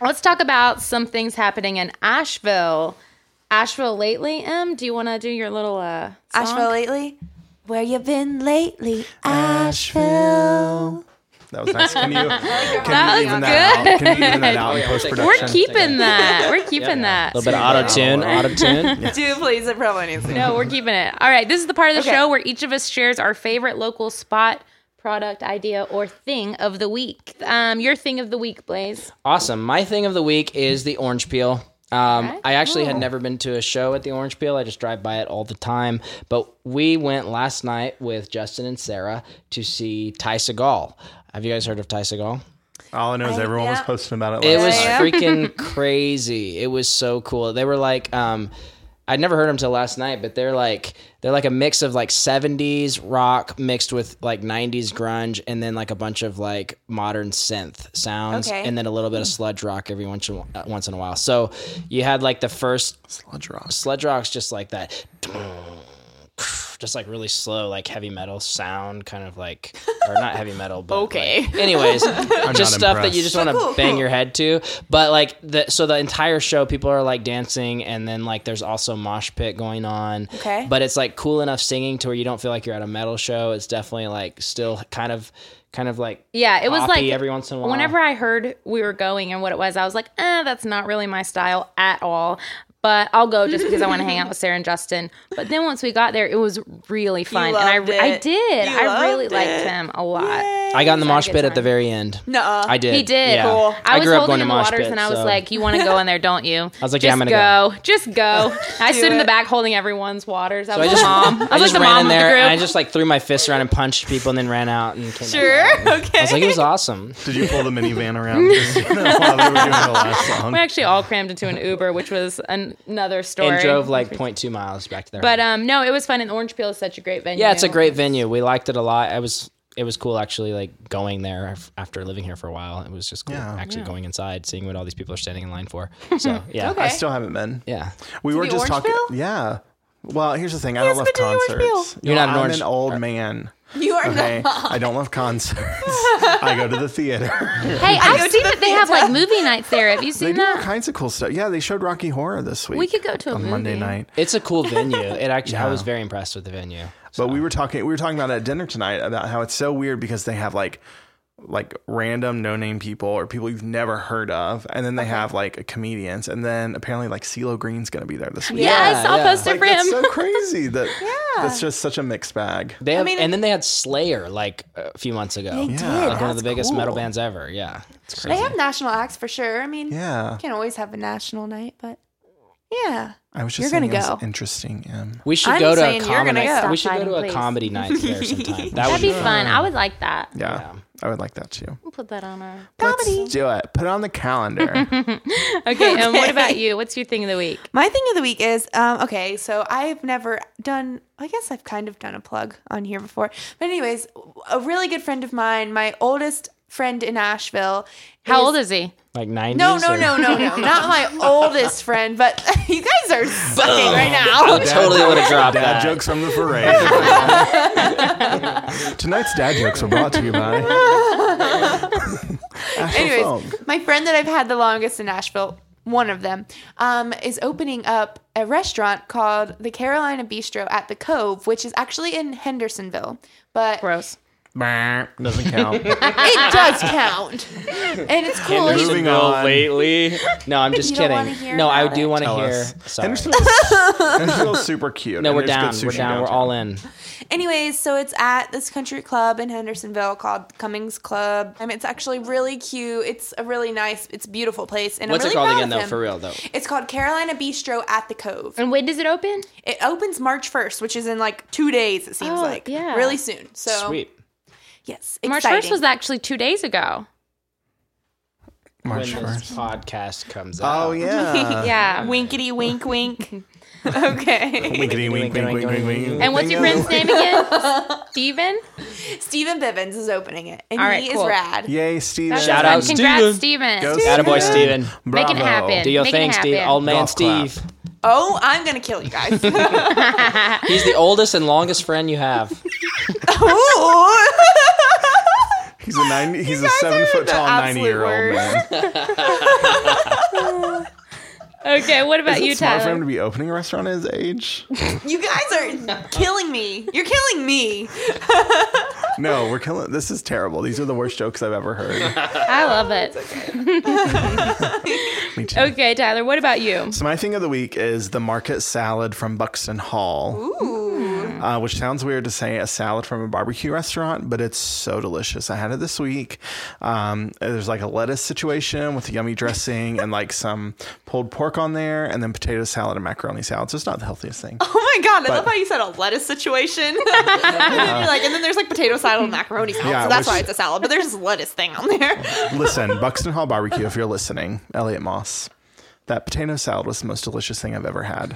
S2: let's talk about some things happening in Asheville. Asheville lately, Em. Do you want to do your little uh, song?
S4: Asheville lately. Where you been lately, Asheville?
S3: That was nice. Can you, can you even that out? Can you even
S5: Oh,
S3: that out in post
S2: We're
S3: production?
S2: keeping that. We're keeping that.
S5: A little bit of auto tune, auto tune.
S4: Do please, it probably needs to.
S2: No, we're keeping it. All right, this is the part of the
S4: Okay.
S2: show where each of us shares our favorite local spot, product, idea, or thing of the week. Um, your thing of the week, Blaze.
S5: Awesome. My thing of the week is the orange peel. Um, I actually had never been to a show at the Orange Peel. I just drive by it all the time. But we went last night with Justin and Sarah to see Ty Segall. Have you guys heard of Ty Segall?
S3: All I know is everyone was
S4: yeah.
S3: posting about it.
S5: It
S3: last
S5: was
S3: night.
S5: freaking crazy. It was so cool. They were like, um, I'd never heard them till last night, but they're like they're like a mix of like '70s rock mixed with like '90s grunge, and then like a bunch of like modern synth sounds,
S4: Okay.
S5: and then a little bit of sludge rock every once in, uh, once in a while. So you had like the first
S3: sludge rock.
S5: sludge rock's just like that just like really slow like heavy metal sound kind of like or not heavy metal but
S2: Okay.
S5: like- anyways just
S3: not
S5: stuff that you
S3: impressed.
S5: just want to bang your head to but like the so the entire show people are like dancing and then like there's also mosh pit going on
S4: Okay.
S5: but it's like cool enough singing to where you don't feel like you're at a metal show it's definitely like still kind of kind of like
S2: Yeah, it was
S5: poppy
S2: like
S5: every once in a while
S2: Whenever I heard we were going and what it was, I was like, eh, that's not really my style at all. But I'll go just because I want to hang out with Sarah and Justin. But then once we got there, it was really fun, and I
S4: loved
S2: I
S4: it.
S2: did.
S4: You
S2: I really
S4: loved
S2: liked
S4: it.
S2: them a lot.
S5: I got in the
S2: Had a
S5: mosh
S2: good
S5: pit at the
S2: time.
S5: very end.
S4: Nuh-uh.
S5: I did.
S2: He did.
S5: Yeah.
S4: Cool.
S2: I, was
S5: grew up going
S2: holding
S5: to
S2: in the
S5: mosh
S2: waters
S5: pits,
S2: and I was
S5: so-
S2: like, "You want to go in there, don't you?" I
S5: was like,
S2: just
S5: "Yeah, I'm gonna
S2: go. Just go." I stood in the
S4: it.
S2: back holding everyone's waters. I
S5: So I
S2: was
S5: just,
S2: the mom. I was
S5: I
S2: like
S5: just
S2: the
S5: ran
S2: mom
S5: in
S2: of the
S5: there
S2: group.
S5: and I just like threw my fists around and punched people and then ran out and came back.
S2: sure.
S5: I was like, it was awesome.
S3: Did you pull the minivan around while they were doing the last song?
S2: We actually all crammed into an Uber, which was an- another story.
S5: And drove like 0.2 miles back to their
S2: But
S5: home.
S2: um, no, it was fun. And Orange Peel is such a great venue.
S5: yeah, it's a great venue. We liked it a lot. I was it was cool actually like going there af- after living here for a while. It was just cool
S3: Yeah.
S5: actually going inside, seeing what all these people are standing in line for. So yeah,
S3: I
S2: Okay.
S3: still haven't been.
S5: yeah.
S3: We were
S4: the
S3: just talking.
S4: Orangeville?
S3: Yeah. Well, here's the thing. I don't love
S4: hasn't been to the
S3: concerts.
S4: Orangeville.
S3: You
S5: You're
S3: know,
S5: not an
S3: I'm
S5: orange-
S3: an old man.
S4: You are
S3: Okay.
S4: not.
S3: I don't love concerts. I go to the theater.
S2: Hey, I've seen that they have like movie nights there. Have you
S3: They
S2: seen
S3: do all
S2: that?
S3: kinds of cool stuff. Yeah, they showed Rocky Horror this week.
S2: We could go to a
S3: on Monday
S2: movie.
S3: night.
S5: It's a cool venue. It actually I
S3: Yeah.
S5: was very impressed with the venue.
S3: But we were talking we were talking about at dinner tonight about how it's so weird because they have like like random no name people or people you've never heard of, and then they have like comedians, and then apparently like CeeLo Green's gonna be there this week.
S2: Yeah,
S5: Yeah,
S2: I saw
S5: yeah.
S2: a poster
S3: Like,
S2: for
S3: that's
S2: him.
S3: so crazy that that's just such a mixed bag.
S5: They have,
S4: mean,
S5: and then they had Slayer like a few months ago.
S4: They
S5: Like,
S3: Yeah.
S4: did.
S5: one of the
S4: That's
S5: biggest metal
S4: cool.
S5: bands ever. Yeah, it's
S4: They
S5: crazy.
S4: have national acts for sure. I mean,
S3: Yeah,
S4: you can't always have a national night, but yeah.
S3: I was just
S4: You're
S3: saying
S4: gonna
S3: it was
S4: go.
S3: interesting. Em.
S5: we should
S4: I'm
S5: go to a
S4: saying you're
S5: comedy.
S4: gonna
S5: night.
S4: go.
S5: We should go to
S2: Stop fighting,
S5: a
S2: please.
S5: comedy night there sometime. That would
S2: That'd be
S5: be
S2: fun. I would like that.
S3: Yeah, I would like that too.
S2: We'll Put that on our.
S4: Comedy.
S3: Let's do it. Put it on the calendar.
S2: Okay, and what about you? What's your thing of the week?
S4: My thing of the week is um, okay, so I've never done, I guess I've kind of done a plug on here before. But, anyways, a really good friend of mine, my oldest friend in Asheville.
S2: How old is he?
S5: like nineties.
S4: No, no, no, no, no. Not my oldest friend, but you guys are sucking right now.
S5: Totally would have dropped
S3: Dad
S5: that.
S3: jokes from the parade. Tonight's dad jokes are brought to you by. Asheville
S4: Anyways,
S3: Foam.
S4: my friend that I've had the longest in Nashville, one of them, um, is opening up a restaurant called the Carolina Bistro at the Cove, which is actually in Hendersonville, but
S2: Gross.
S3: doesn't count.
S4: it does count, and it's cool.
S3: Henderson- Moving on.
S5: lately. No, I'm just
S4: You don't
S5: kidding.
S4: wanna hear
S5: no, I
S4: about
S5: do
S4: it.
S5: want to
S3: Tell
S5: hear.
S3: us.
S5: Sorry.
S3: Hendersonville's super cute.
S5: No,
S3: and
S5: we're down.
S3: there's good
S5: We're
S3: sushi
S5: down. We're
S3: downtown.
S5: all in.
S4: Anyways, so it's at this country club in Hendersonville called Cummings Club, and it's actually really cute. It's a really nice, it's a beautiful place, and
S5: What's
S4: I'm
S5: it
S4: really
S5: called
S4: proud
S5: again
S4: of
S5: though?
S4: him.
S5: For real though.
S4: It's called Carolina Bistro at the Cove.
S2: And when does it open?
S4: It opens March 1st, which is in like two days, it seems
S2: Oh,
S4: like.
S2: yeah.
S4: Really soon. So,
S5: Sweet.
S4: yes.
S2: March
S4: exciting.
S2: first was actually two days ago.
S3: March
S5: when this
S3: first.
S5: podcast comes out.
S3: Oh
S4: Uh-huh.
S3: yeah.
S2: yeah.
S4: Winkety wink wink. okay.
S3: Winkety wink wink wink wink wink.
S2: and what's your
S3: Bingo.
S2: friend's name again? Steven?
S4: Stephen Bivens is opening it. And
S2: All right,
S4: he
S2: cool.
S4: is rad.
S3: Yay, Steven.
S5: Shout out
S2: Congrats, Steven.
S3: Go
S5: Attaboy,
S3: Steven.
S5: Steven.
S2: Make it
S3: Bravo.
S2: happen.
S5: Do your
S2: Make it
S5: thing, Steve.
S2: happen.
S5: Old man
S3: Golf clap.
S5: Steve.
S4: Oh, I'm going to kill you guys.
S5: He's the oldest and longest friend you have.
S4: Ooh.
S3: He's a nine. He's a seven foot
S4: the
S3: tall, ninety
S4: absolute
S3: year old man.
S4: worst.
S2: Okay, what about you,
S3: It's smart for him
S2: Tyler?
S3: to be opening a restaurant at his age.
S4: you guys are killing me. You're killing me.
S3: No, we're killing. This is terrible. These are the worst jokes I've ever heard.
S2: I love it.
S3: Me too.
S2: Okay, Tyler, what about you?
S3: So my thing of the week is the market salad from Buxton Hall. Uh, which sounds weird to say a salad from a barbecue restaurant, but it's so delicious. I had it this week. Um, there's like a lettuce situation with yummy dressing and like some pulled pork on there, and then potato salad and macaroni salad. So it's not the healthiest thing.
S4: Oh my God. I love how you said a lettuce situation. and, then you're like, and then there's like potato salad and macaroni salad.
S3: Yeah,
S4: so that's
S3: which-
S4: why it's a salad. But there's this lettuce thing on there.
S3: Listen, Buxton Hall Barbecue, if you're listening, Elliot Moss, that potato salad was the most delicious thing I've ever had.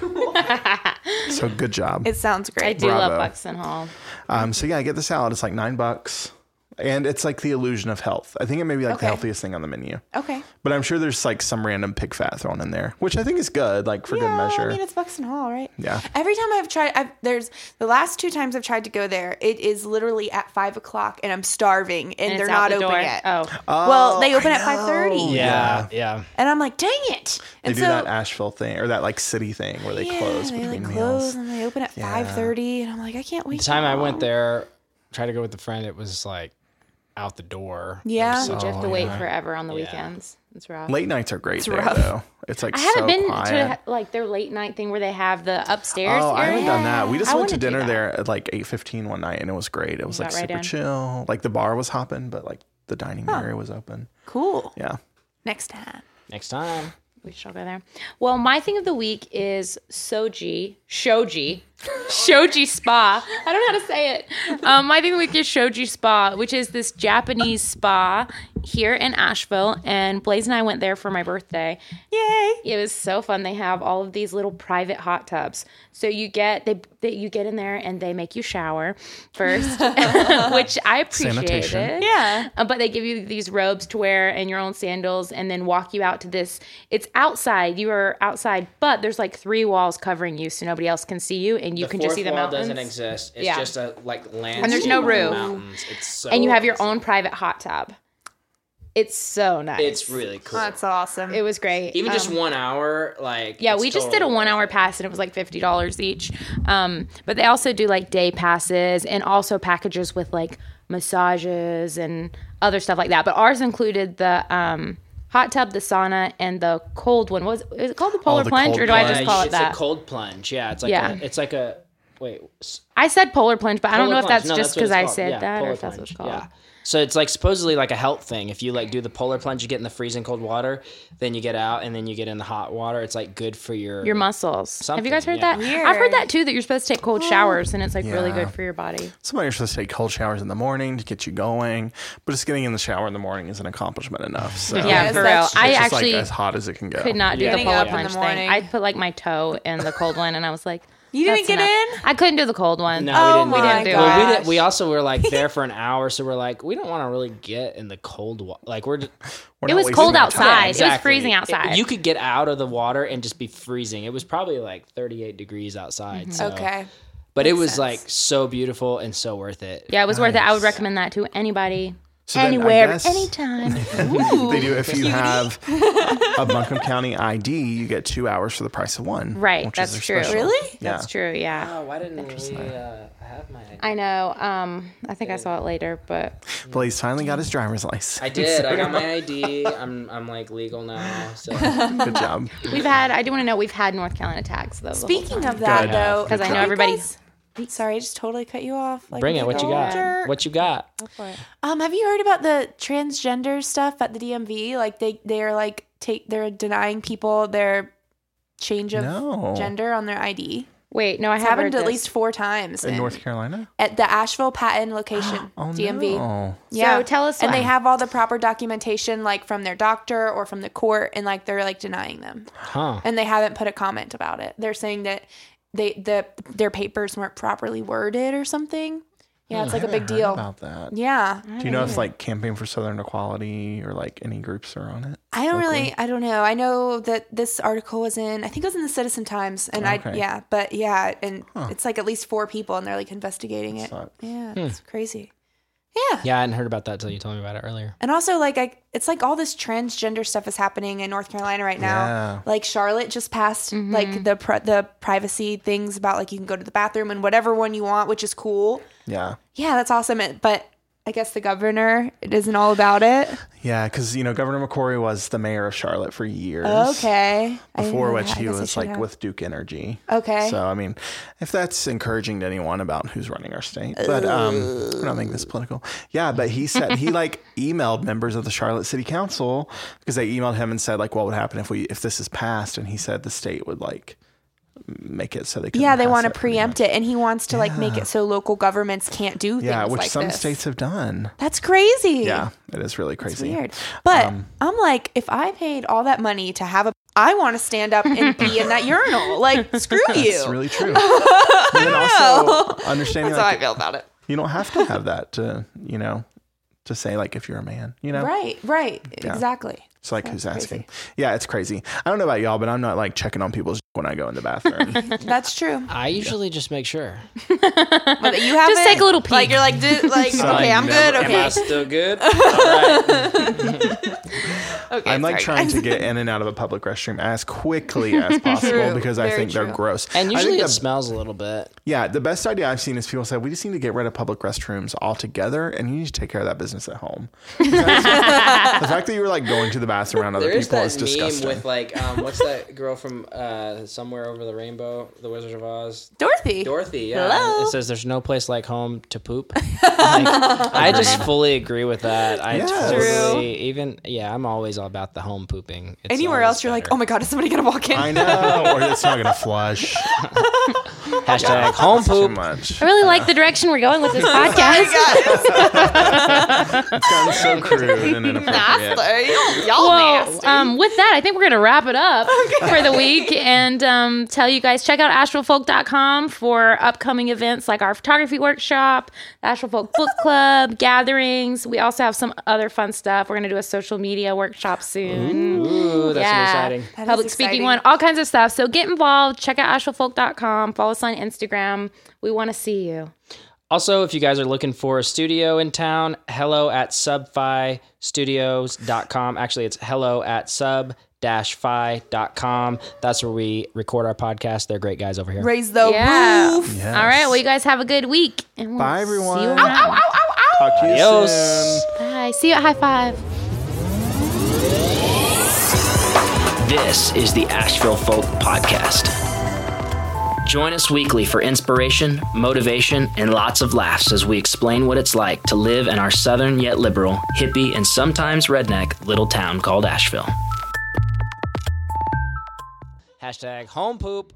S3: so good job.
S4: It sounds great.
S2: I do love
S3: Bravo.
S2: Buxton Hall.
S3: Um, so yeah, I get the salad. It's like nine bucks, and it's like the illusion of health. I think it may be like
S4: Okay. Oh.
S3: the healthiest thing on the menu.
S4: Okay.
S3: But I'm sure there's like some random pig fat thrown in there, which I think is good, like for good
S4: Yeah,
S3: measure.
S4: Oh, I mean, it's Buxton Hall, right?
S3: Yeah.
S4: Every time I've tried, I've, there's the last two times I've tried to go there. It is literally at five o'clock, and I'm starving, and,
S2: And
S4: they're
S2: it's out
S4: not
S2: the
S4: open
S2: door.
S4: yet.
S2: Oh.
S4: well, they
S3: Oh,
S4: open
S3: I
S4: at five thirty,
S3: know.
S5: Yeah, yeah.
S4: and I'm like, dang it!
S3: they
S4: And
S3: do
S4: so
S3: that Asheville thing or that like city thing where they
S4: yeah,
S3: close
S4: they
S3: between meals.
S4: like close, and they open at five thirty, and I'm like, I can't wait.
S5: The time I went there, tried to go with a friend, it was like
S7: out the door.
S4: Yeah.
S2: You have to wait forever on the weekends. It's rough.
S3: Late nights are great there, though. It's like
S2: I haven't
S3: so
S2: been
S3: quiet.
S2: to like their late night thing where they have the upstairs.
S3: Oh, I
S2: area.
S3: haven't done that. We just
S2: I
S3: went to
S2: wanna do
S3: dinner
S2: that.
S3: there at like eight fifteen one night, and it was great. It was like
S2: that right
S3: super
S2: down?
S3: chill. Like the bar was hopping, but like the dining area was open.
S4: Cool.
S3: Yeah.
S4: Next time.
S5: Next time.
S2: We shall go there. Well, my thing of the week is Soji, Shoji, Shoji Spa. I don't know how to say it. Um, my thing of the week is Shoji Spa, which is this Japanese spa here in Asheville. And Blaze and I went there for my birthday.
S4: Yay.
S2: It was so fun. They have all of these little private hot tubs. So you get they that you get in there and they make you shower first, which I appreciate.
S3: Sanitation.
S2: it.
S4: Yeah.
S2: Uh, but they give you these robes to wear and your own sandals and then walk you out to this. It's outside. You are outside, but there's like three walls covering you so nobody else can see you and you
S5: The
S2: can just
S5: fourth
S2: see the
S5: wall
S2: mountains.
S5: doesn't exist. It's
S2: Yeah.
S5: just a like land.
S2: there's no roof.
S5: Mountains. It's so
S2: and you have your
S5: awesome.
S2: own private hot tub. It's so nice.
S5: It's really cool.
S4: That's awesome.
S2: it was great.
S5: Even just
S2: Um,
S5: one hour, like
S2: Yeah,
S5: it's
S2: we just did a
S5: totally
S2: one hour pass and it was like fifty dollars each. Um, but they also do like day passes and also packages with like massages and other stuff like that. But ours included the um, hot tub, the sauna, and the cold one. Was is it called the polar
S3: the
S2: plunge
S3: cold
S2: or do I
S5: worth
S2: just
S5: it.
S2: call
S5: Uh,
S2: it
S5: it's
S2: that?
S5: a cold plunge. Yeah, it's like
S2: Yeah.
S5: A, it's like a wait. s-
S2: I said polar plunge, but I don't know
S5: Polar
S2: if
S5: plunge.
S2: that's
S5: No,
S2: just
S5: what
S2: because
S5: it's
S2: I
S5: called.
S2: said
S5: Yeah,
S2: that
S5: polar
S2: or if that's what it's
S5: plunge.
S2: called.
S5: So it's like supposedly like a health thing. If you like do the polar plunge, you get in the freezing cold water, then you get out, and then you get in the hot water. It's like good for your
S2: Your muscles. Have you guys heard
S5: Something, yeah.
S2: that? I've heard that too. That you're supposed to take cold showers and it's like really
S3: Yeah.
S2: good for your body.
S3: Somebody are supposed to take cold showers in the morning to get you going, but just getting in the shower in the morning is an accomplishment enough. So
S2: Yeah,
S4: Yes,
S2: for real.
S4: that's true.
S2: I
S3: it's just
S2: actually
S3: like as hot as it can go.
S2: could not do the
S4: Oh, Getting
S2: polar
S4: up in the
S2: plunge
S4: morning.
S2: thing. I put like my toe in the cold one, and I was like,
S4: You didn't
S2: "That's
S4: get
S2: enough." I couldn't do the cold one.
S5: No,
S4: Oh
S5: we didn't.
S4: my
S5: we didn't do it. Well, we,
S4: gosh.
S5: didn't, we also were like there for an hour, so we're like, we don't want to really get in the cold water. Like we're, just,
S3: We're
S2: it
S3: not
S2: was
S3: wasting
S2: cold
S3: our
S2: outside.
S3: time.
S2: It was freezing outside.
S5: you could get out of the water and just be freezing. It was probably like 38 degrees outside.
S2: Mm-hmm.
S5: So.
S4: okay.
S5: but it was like so beautiful and so worth it.
S2: yeah, it was worth it. I would recommend that to anybody,
S3: So then I
S2: anywhere,
S3: guess-
S2: anytime.
S3: They do if you have a Buncombe County ID, you get two hours for the price of one.
S2: Right,
S3: which
S2: that's
S3: is
S2: true.
S3: their special.
S4: Really?
S3: Yeah.
S2: That's true. Yeah,
S5: Oh, why didn't we uh, have my?
S2: I know. Um, I think I saw it later, but
S3: Blaze finally got his driver's license.
S5: I did. I got my ID. I'm I'm like legal now. So
S3: Good job.
S2: we've had. I do want to know we've had North Carolina tax though. the whole
S4: Speaking of that,
S3: Good.
S4: though,
S2: Because I
S4: you
S2: know everybody-
S4: guys- sorry, I just totally cut you off. Like
S5: bring
S4: a
S5: it. What
S4: big
S5: you
S4: old
S5: got?
S4: jerk.
S5: What you got?
S4: Um, have you heard about the transgender stuff at the DMV? Like they they are like take they're denying people their change of
S3: No.
S4: gender on their ID.
S2: Wait, no, I
S4: It's
S2: have
S4: happened
S2: heard
S4: at
S2: this.
S4: least four times
S3: In
S4: in-
S3: North Carolina?
S4: at the Asheville Patton location
S3: Oh
S4: DMV.
S3: no.
S4: Yeah,
S2: So tell us
S4: And they
S2: why.
S4: have all the proper documentation, like from their doctor or from the court, and like they're like denying them,
S5: Huh?
S4: and they haven't put a comment about it. They're saying that they the their papers weren't properly worded or something. Yeah, it's like a big
S3: Oh, Heard
S4: deal.
S3: About that.
S4: yeah,
S3: Do you know if like Campaign for Southern Equality or like any groups are on it?
S4: I don't really, I don't know. I know that this article was in, I think it was in the Citizen Times, and I,
S3: Okay.
S4: yeah, but yeah, and it's like at least four people, and they're like investigating it.
S3: sucks.
S4: Yeah, it's crazy. Yeah.
S5: Yeah, I hadn't heard about that until you told me about it earlier.
S4: And also, like, I, it's like all this transgender stuff is happening in North Carolina right now.
S3: Yeah.
S4: Like Charlotte just passed like the pri- the privacy things about like you can go to the bathroom and whatever one you want, which is cool.
S3: Yeah.
S4: Yeah, that's awesome. It- But I guess the governor it isn't all about it.
S3: Yeah, because you know Governor McCrory was the mayor of Charlotte for years.
S4: Okay. I didn't
S3: Before
S4: know
S3: which
S4: that. I
S3: he
S4: guess I
S3: was
S4: should
S3: like
S4: have.
S3: with Duke Energy.
S4: Okay.
S3: So I mean, if that's encouraging to anyone about who's running our state, but um, we're not making this political. Yeah, but he said he like emailed members of the Charlotte City Council because they emailed him and said like, what would happen if we if this is passed? And he said the state would like make it so they couldn't
S4: Yeah, they
S3: pass
S4: want to
S3: it pretty
S4: preempt
S3: much.
S4: it, and he wants to like make it so local governments can't do things
S3: Yeah, which
S4: like
S3: some
S4: this.
S3: states have done.
S4: That's crazy.
S3: Yeah, Um, it is really crazy.
S4: weird. But I'm like, if I paid all that money to have a, I want to stand up and be in that urinal. Like, screw
S3: It's
S4: you.
S3: really true. But then also understanding
S4: That's how I
S3: like,
S4: feel about it.
S3: you don't have to have that to you know to say like if you're a man, you know.
S4: Right. Right. Exactly.
S3: It's like who's asking? Yeah, it's crazy. I don't know about y'all, but I'm not like checking on people's when I go in the bathroom.
S4: That's true.
S5: I usually just make sure.
S4: But you have
S2: Just take a little peek.
S4: Like you're like, di- like okay,
S5: Am
S4: I'm good.
S5: I
S4: Okay.
S5: still good? All right.
S4: Okay,
S3: I'm like
S4: sorry,
S3: trying
S4: guys.
S3: to get in and out of a public restroom as quickly as possible
S4: True,
S3: because I
S4: very
S3: think they're
S4: true.
S3: gross.
S5: And
S3: I think
S5: usually it
S3: the-
S5: smells a little bit.
S3: yeah, the best idea I've seen is people say we just need to get rid of public restrooms altogether, and you need to take care of that business at home. the fact that you were like going to the bathroom around other
S5: There is
S3: people
S5: that
S3: is
S5: meme
S3: disgusting.
S5: with like, um, what's that girl from uh, somewhere over the rainbow, The Wizard of Oz,
S4: Dorothy.
S5: Dorothy. Yeah,
S4: Hello?
S5: it says there's no place like home to poop. Like, I just fully agree with that. I
S3: Yes.
S5: totally even yeah. I'm always all about the home pooping. It's
S4: Anywhere
S5: always
S4: else, you're like,
S5: better.
S4: oh my god, is somebody gonna walk in?
S3: I know, or it's not gonna flush.
S4: "Oh
S5: hashtag home
S3: Too
S5: poop.
S3: much.
S2: I really like the direction we're going with this
S4: Oh
S2: podcast.
S3: It's gotten so crude and inappropriate.
S4: Sorry, y'all
S2: Well,
S4: nasty.
S2: um, with that, I think we're going to wrap it up for the week and um, tell you guys check out astralfolk.com for upcoming events like our photography workshop, the Astral Folk Book Club, gatherings. We also have some other fun stuff. We're going to do a social media workshop soon.
S5: Ooh, that's exciting.
S4: That is
S2: Public speaking
S4: exciting.
S2: one, all kinds of stuff. So get involved. Check out astralfolk.com. Follow us on Instagram. We want to see you.
S5: Also, if you guys are looking for a studio in town, hello at subfi-studios.com. Actually, it's hello at sub fi.com. That's where we record our podcast. They're great guys over here.
S4: Raise the
S2: Yeah.
S4: roof.
S3: Yes.
S2: All right. Well, you guys have a good week. And we'll
S3: Bye,
S2: See you,
S3: everyone.
S2: around.
S3: Talk to you
S5: Adios.
S3: soon.
S2: Bye. see you at high five.
S8: This is the Asheville Folk Podcast. Join us weekly for inspiration, motivation, and lots of laughs as we explain what it's like to live in our southern yet liberal, hippie, and sometimes redneck little town called Asheville.
S5: Hashtag home poop.